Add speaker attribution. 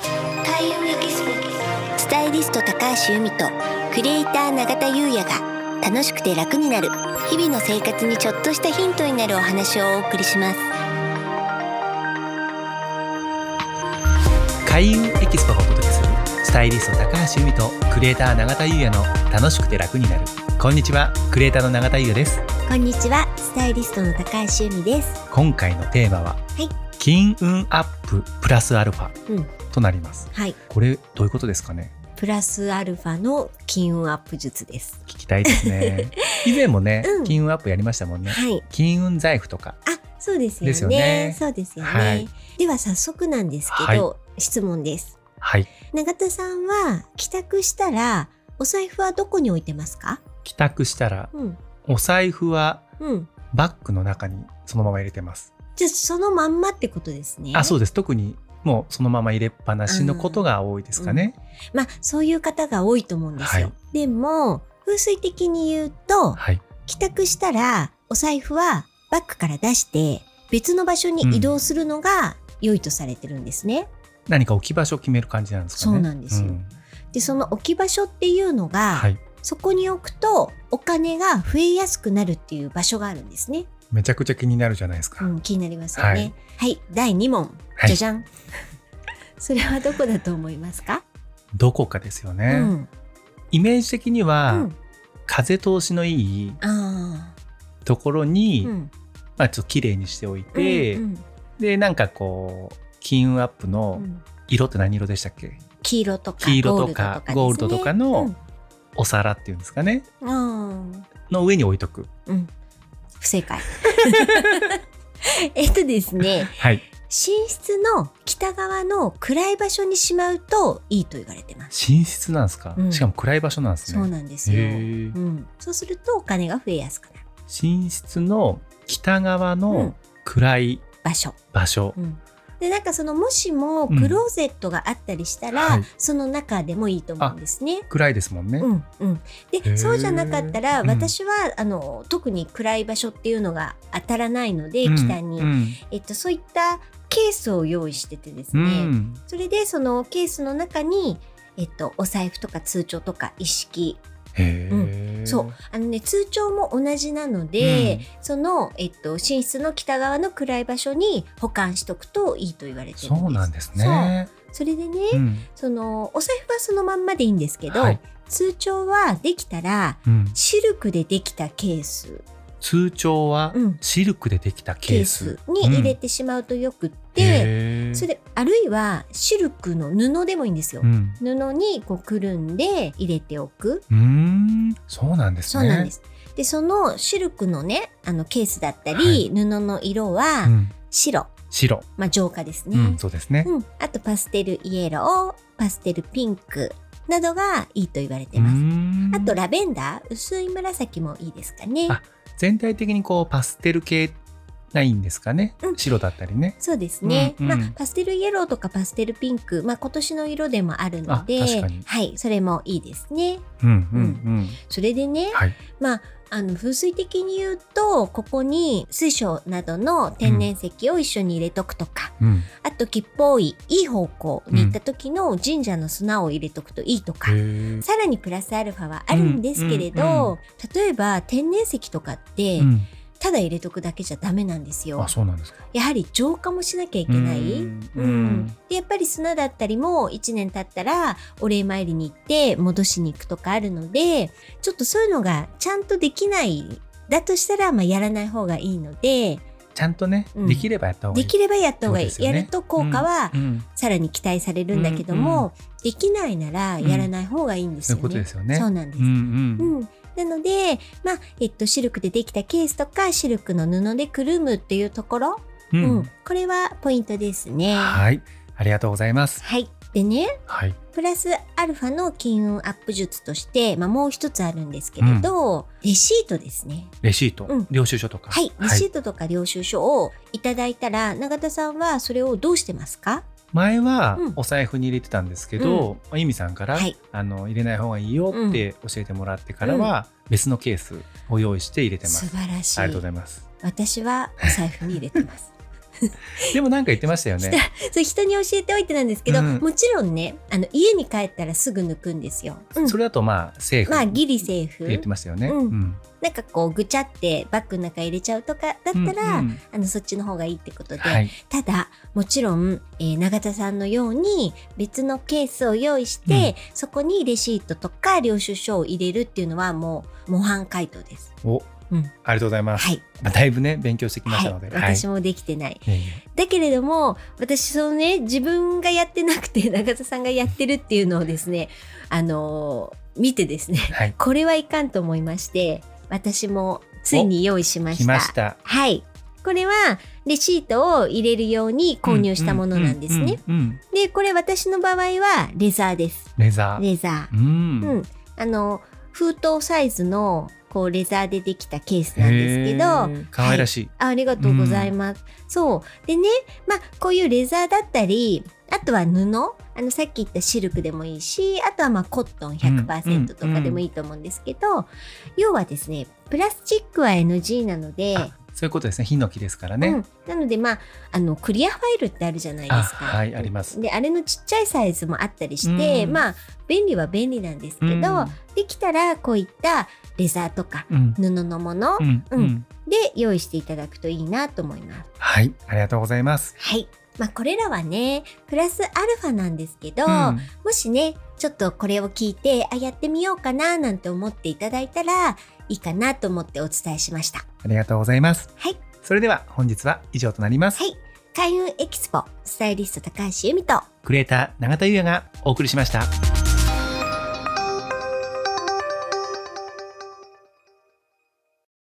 Speaker 1: 田優也ギススタイリスト高橋由美とクリエイター永田優也が楽しくて楽になる日々の生活にちょっとしたヒントになるお話をお送りします
Speaker 2: 開運エキスポがお届けするスタイリスト高橋由美とクリエイター永田優也の楽しくて楽になるこんにちはクリエイターの永田優也です
Speaker 1: こんにちはスタイリストの高橋由美です
Speaker 2: 今回のテーマは、
Speaker 1: い
Speaker 2: 金運アッププラスアルファ
Speaker 1: うん
Speaker 2: となります
Speaker 1: はい
Speaker 2: これどういうことですかね
Speaker 1: プラスアルファの金運アップ術です
Speaker 2: 聞きたいで すね以前もね、
Speaker 1: うん
Speaker 2: 金運アップやりましたもんね
Speaker 1: はい
Speaker 2: 金運財布とか
Speaker 1: あ、そうですよね。
Speaker 2: ですよね
Speaker 1: そうですよね、
Speaker 2: はい
Speaker 1: では早速なんですけど、質問です。
Speaker 2: はい
Speaker 1: 永田さんは帰宅したらお財布はどこに置いてますか？
Speaker 2: 帰宅したら
Speaker 1: うん、
Speaker 2: お財布は
Speaker 1: うん。
Speaker 2: バッグの中にそのまま入れてます
Speaker 1: じゃあそのまんまってことですね。
Speaker 2: あそう
Speaker 1: う。
Speaker 2: です特にもうそのまま入れっぱなしのことが多いですかね、
Speaker 1: まあそういう方が多いと思うんですよ。
Speaker 2: はい
Speaker 1: でも風水的に言うと
Speaker 2: はい
Speaker 1: 帰宅したらお財布はバッグから出して別の場所に移動するのが良いとされてるんですね。
Speaker 2: 何か置き場所を決める感じなんですかね
Speaker 1: そうなんですよでその置き場所っていうのが、
Speaker 2: はい
Speaker 1: そこに置くとお金が増えやすくなるっていう場所があるんですね。
Speaker 2: めちゃくちゃ気になるじゃないですか、
Speaker 1: うん、気になりますよ
Speaker 2: は
Speaker 1: ね
Speaker 2: い。
Speaker 1: はい、第2問、
Speaker 2: はい
Speaker 1: じゃじゃん。 それはどこだと思いますか？
Speaker 2: どこかですよね、
Speaker 1: うん、
Speaker 2: イメージ的に
Speaker 1: う
Speaker 2: は、
Speaker 1: ん、
Speaker 2: 風通しのいい
Speaker 1: あ
Speaker 2: ところ
Speaker 1: ー
Speaker 2: に、
Speaker 1: うん、
Speaker 2: まあ、ちょっと綺麗にしておいて、
Speaker 1: うん
Speaker 2: でなんかこう金運アップ
Speaker 1: う
Speaker 2: の
Speaker 1: ん
Speaker 2: 色って何色でしたっけ
Speaker 1: 黄色とか
Speaker 2: 黄色とか
Speaker 1: ゴー
Speaker 2: ゴ
Speaker 1: ル
Speaker 2: ール
Speaker 1: ド
Speaker 2: ド
Speaker 1: と
Speaker 2: と
Speaker 1: かで
Speaker 2: か
Speaker 1: すね
Speaker 2: のお皿っていうんですかね
Speaker 1: うん、あ
Speaker 2: の上に置いとく
Speaker 1: ーうん、不正 解。えっとですね、
Speaker 2: はい
Speaker 1: 寝室の北側の暗い場所にしまうといいと言われてます。
Speaker 2: 寝室なんですか、
Speaker 1: うん
Speaker 2: しかも暗い場所なんです
Speaker 1: そう
Speaker 2: ね
Speaker 1: なんですよ。う
Speaker 2: へー
Speaker 1: ん、そうするとお金が増えやすくなる
Speaker 2: 寝室の北側
Speaker 1: うん
Speaker 2: の暗い
Speaker 1: 場所。
Speaker 2: 場所、
Speaker 1: うんでなんかそのもしも
Speaker 2: うん
Speaker 1: クローゼットがあったりしたら、
Speaker 2: はい
Speaker 1: その中でもいいと思うんですね。
Speaker 2: 暗いですもんね、
Speaker 1: うんうん、で
Speaker 2: ー
Speaker 1: そうじゃなかったら
Speaker 2: うん
Speaker 1: 私は、あの特に暗い場所っていうのが当たらないので、
Speaker 2: うん
Speaker 1: 北に、
Speaker 2: うん
Speaker 1: えっと、そういったケースを用意しててです
Speaker 2: う
Speaker 1: ね、
Speaker 2: ん
Speaker 1: それでそのケースの中に、えっと、お財布とか通帳とか一式
Speaker 2: へえ、
Speaker 1: そうあの、ね、通帳も同じなので、
Speaker 2: うん
Speaker 1: その、えっと、寝室の北側の暗い場所に保管しとくといいと言われてるんです。
Speaker 2: そうなんですね。
Speaker 1: それでね、
Speaker 2: うん
Speaker 1: そのお財布はそのまんまでいいんですけど、
Speaker 2: はい
Speaker 1: 通帳はできたら
Speaker 2: うん
Speaker 1: シルクでできたケース
Speaker 2: 通帳は
Speaker 1: うん
Speaker 2: シルクでできたケース。
Speaker 1: に入れてしまうとよくって、
Speaker 2: へー
Speaker 1: それであるいはシルクの布でもいいんですよ。
Speaker 2: うん
Speaker 1: 布にこうくるんで入れておく。
Speaker 2: うーん、そうなんです
Speaker 1: そう
Speaker 2: ね。
Speaker 1: なんです。で、そのシルクのね、あのケースだったり、
Speaker 2: はい
Speaker 1: 布の色
Speaker 2: う
Speaker 1: は
Speaker 2: ん
Speaker 1: 白、
Speaker 2: 白、
Speaker 1: まあ浄化ですね。
Speaker 2: うん、そうですね。
Speaker 1: うん、あとパステルイエロー、パステルピンクなどがいいと言われて
Speaker 2: うー
Speaker 1: ます。
Speaker 2: ん
Speaker 1: あとラベンダー、薄い紫もいいですかね。
Speaker 2: あ全体的にこうパステル系ないんですかね
Speaker 1: う。ん
Speaker 2: 白だったりね。
Speaker 1: そうですね、
Speaker 2: うんうん
Speaker 1: まあ、パステルイエローとかパステルピンク、まあ、今年の色でもあるので
Speaker 2: あ確かに
Speaker 1: はい、それもいいですね。
Speaker 2: うんうん
Speaker 1: それでね
Speaker 2: うん。、はい。
Speaker 1: まあ、あの風水的に言うとここに水晶などの天然石を一緒に入れとくとか、
Speaker 2: うん。
Speaker 1: あと吉報位いい方向に行った時の神社の砂を入れとくといいとか、
Speaker 2: へー
Speaker 1: さらにプラスアルファはあるんですけれど、
Speaker 2: うんうんうん
Speaker 1: 例えば天然石とかって、
Speaker 2: うん
Speaker 1: ただ入れとくだけじゃダメなんですよ
Speaker 2: あ、。そうなんですか。
Speaker 1: やはり浄化もしなきゃいけな
Speaker 2: う
Speaker 1: い。
Speaker 2: ん
Speaker 1: う
Speaker 2: うんん。、
Speaker 1: でやっぱり砂だったりも1年経ったらお礼参りに行って戻しに行くとかあるのでちょっとそういうのがちゃんとできないだとしたらまあやらない方がいいので
Speaker 2: ちゃんとね、
Speaker 1: うん
Speaker 2: できればやった方がい
Speaker 1: で
Speaker 2: い。
Speaker 1: きればやった方がいい、
Speaker 2: そうです
Speaker 1: や
Speaker 2: よね
Speaker 1: ると効果は
Speaker 2: うん。
Speaker 1: さらに期待されるんだけども、
Speaker 2: うんう
Speaker 1: できないならやらない方がいいんです
Speaker 2: そう
Speaker 1: よね。
Speaker 2: いうことですよね。
Speaker 1: そうなんです、
Speaker 2: うんうん。
Speaker 1: うん、なので、まあえっと、シルクでできたケースとかシルクの布でくるむっていうところ、
Speaker 2: う
Speaker 1: うん
Speaker 2: ん
Speaker 1: これはポイントですね。は
Speaker 2: はい。ありがとうございます。
Speaker 1: い、でね
Speaker 2: はい。
Speaker 1: プラスアルファの金運アップ術として、まあ、もう一つあるんですけれど、レシートですね。
Speaker 2: レシート、
Speaker 1: うん
Speaker 2: 領収書とか。
Speaker 1: はい、レシートとか領収書をいただいたら、永田さんはそれをどうしてますか？
Speaker 2: 前は
Speaker 1: うん
Speaker 2: お財布に入れてたんですけど、まあゆみさんから、
Speaker 1: はい
Speaker 2: あの入れない方がいいよって教えてもらってからは、別のケースを用意して入れてま
Speaker 1: 素
Speaker 2: す。
Speaker 1: 晴らしい。
Speaker 2: ありがとうございます。
Speaker 1: 私はお財布に入れてます。
Speaker 2: でもなんか言ってましたよ
Speaker 1: し
Speaker 2: ね
Speaker 1: た。そう人に教えておいてなんですけど、
Speaker 2: うん
Speaker 1: もちろんねあの家に帰ったらすぐ抜くんですよ。うん
Speaker 2: それだとまあセーフ
Speaker 1: まあ
Speaker 2: って
Speaker 1: ギリセーフ
Speaker 2: 言ってましたよね。
Speaker 1: うん
Speaker 2: うん
Speaker 1: なんかこうぐちゃってバッグの中入れちゃうとかだったら、
Speaker 2: うんうん
Speaker 1: あのそっちの方がいいってことで、
Speaker 2: はい。
Speaker 1: ただもちろん、えー永田さんのように別のケースを用意して、そこにレシートとか領収書を入れるっていうのはもう模範解答です。
Speaker 2: お、
Speaker 1: うん
Speaker 2: ありがとうございます。
Speaker 1: はい、
Speaker 2: まあだいぶね勉強してきまし
Speaker 1: は
Speaker 2: た
Speaker 1: い
Speaker 2: ので。、
Speaker 1: 私もできてない。
Speaker 2: いえいえ
Speaker 1: だけれども私そのね自分がやってなくて 永田さんがやってるっていうのをですねあのー見てですね
Speaker 2: はい。
Speaker 1: これはいかんと思いまして私もついに用意しま
Speaker 2: 来
Speaker 1: した
Speaker 2: ました。
Speaker 1: はいこれはレシートを入れるように購入したものなんですね、
Speaker 2: うん。うんうん
Speaker 1: でこれ私の場合はレザーです
Speaker 2: レザー。
Speaker 1: レザ
Speaker 2: う
Speaker 1: ー、
Speaker 2: ん
Speaker 1: うん、あの封筒サイズのこうレザーでできたケースなんですけど、
Speaker 2: へー可愛らしい。
Speaker 1: あありがとうございます。そう。でね、まあ、こういうレザーだったり、あとは布。あの、さっき言ったシルクでもいいし、あとはまあ、コットン
Speaker 2: うん
Speaker 1: 100%とかでもいいと思うんですけど、要はですね、プラスチックは NG なので、
Speaker 2: あそういうことですね。ヒノキですから
Speaker 1: う
Speaker 2: ね。
Speaker 1: ん、なので、まあ、あの、クリアファイルってあるじゃないですか。
Speaker 2: あはいあります
Speaker 1: で、あれのちっちゃいサイズもあったりして、
Speaker 2: うん
Speaker 1: まあ、便利は便利なんですけど、できたら、こういったレザーとか、
Speaker 2: うん。
Speaker 1: 布のもの
Speaker 2: うん。う。
Speaker 1: うんで用意していただくといいなと思います。
Speaker 2: はい。ありがとうございます。
Speaker 1: はい。まあ、これらはね、プラスアルファなんですけど、
Speaker 2: うん
Speaker 1: もしね、ちょっとこれを聞いて、あ、やってみようかな、なんて思っていただいたら、いいかなと思ってお伝えしました。
Speaker 2: ありがとうございます。
Speaker 1: はい。
Speaker 2: それでは本日は以上となります。
Speaker 1: はい。開運エキスポ、スタイリスト高橋由美と、
Speaker 2: クリエイター永田優也がお送りしました。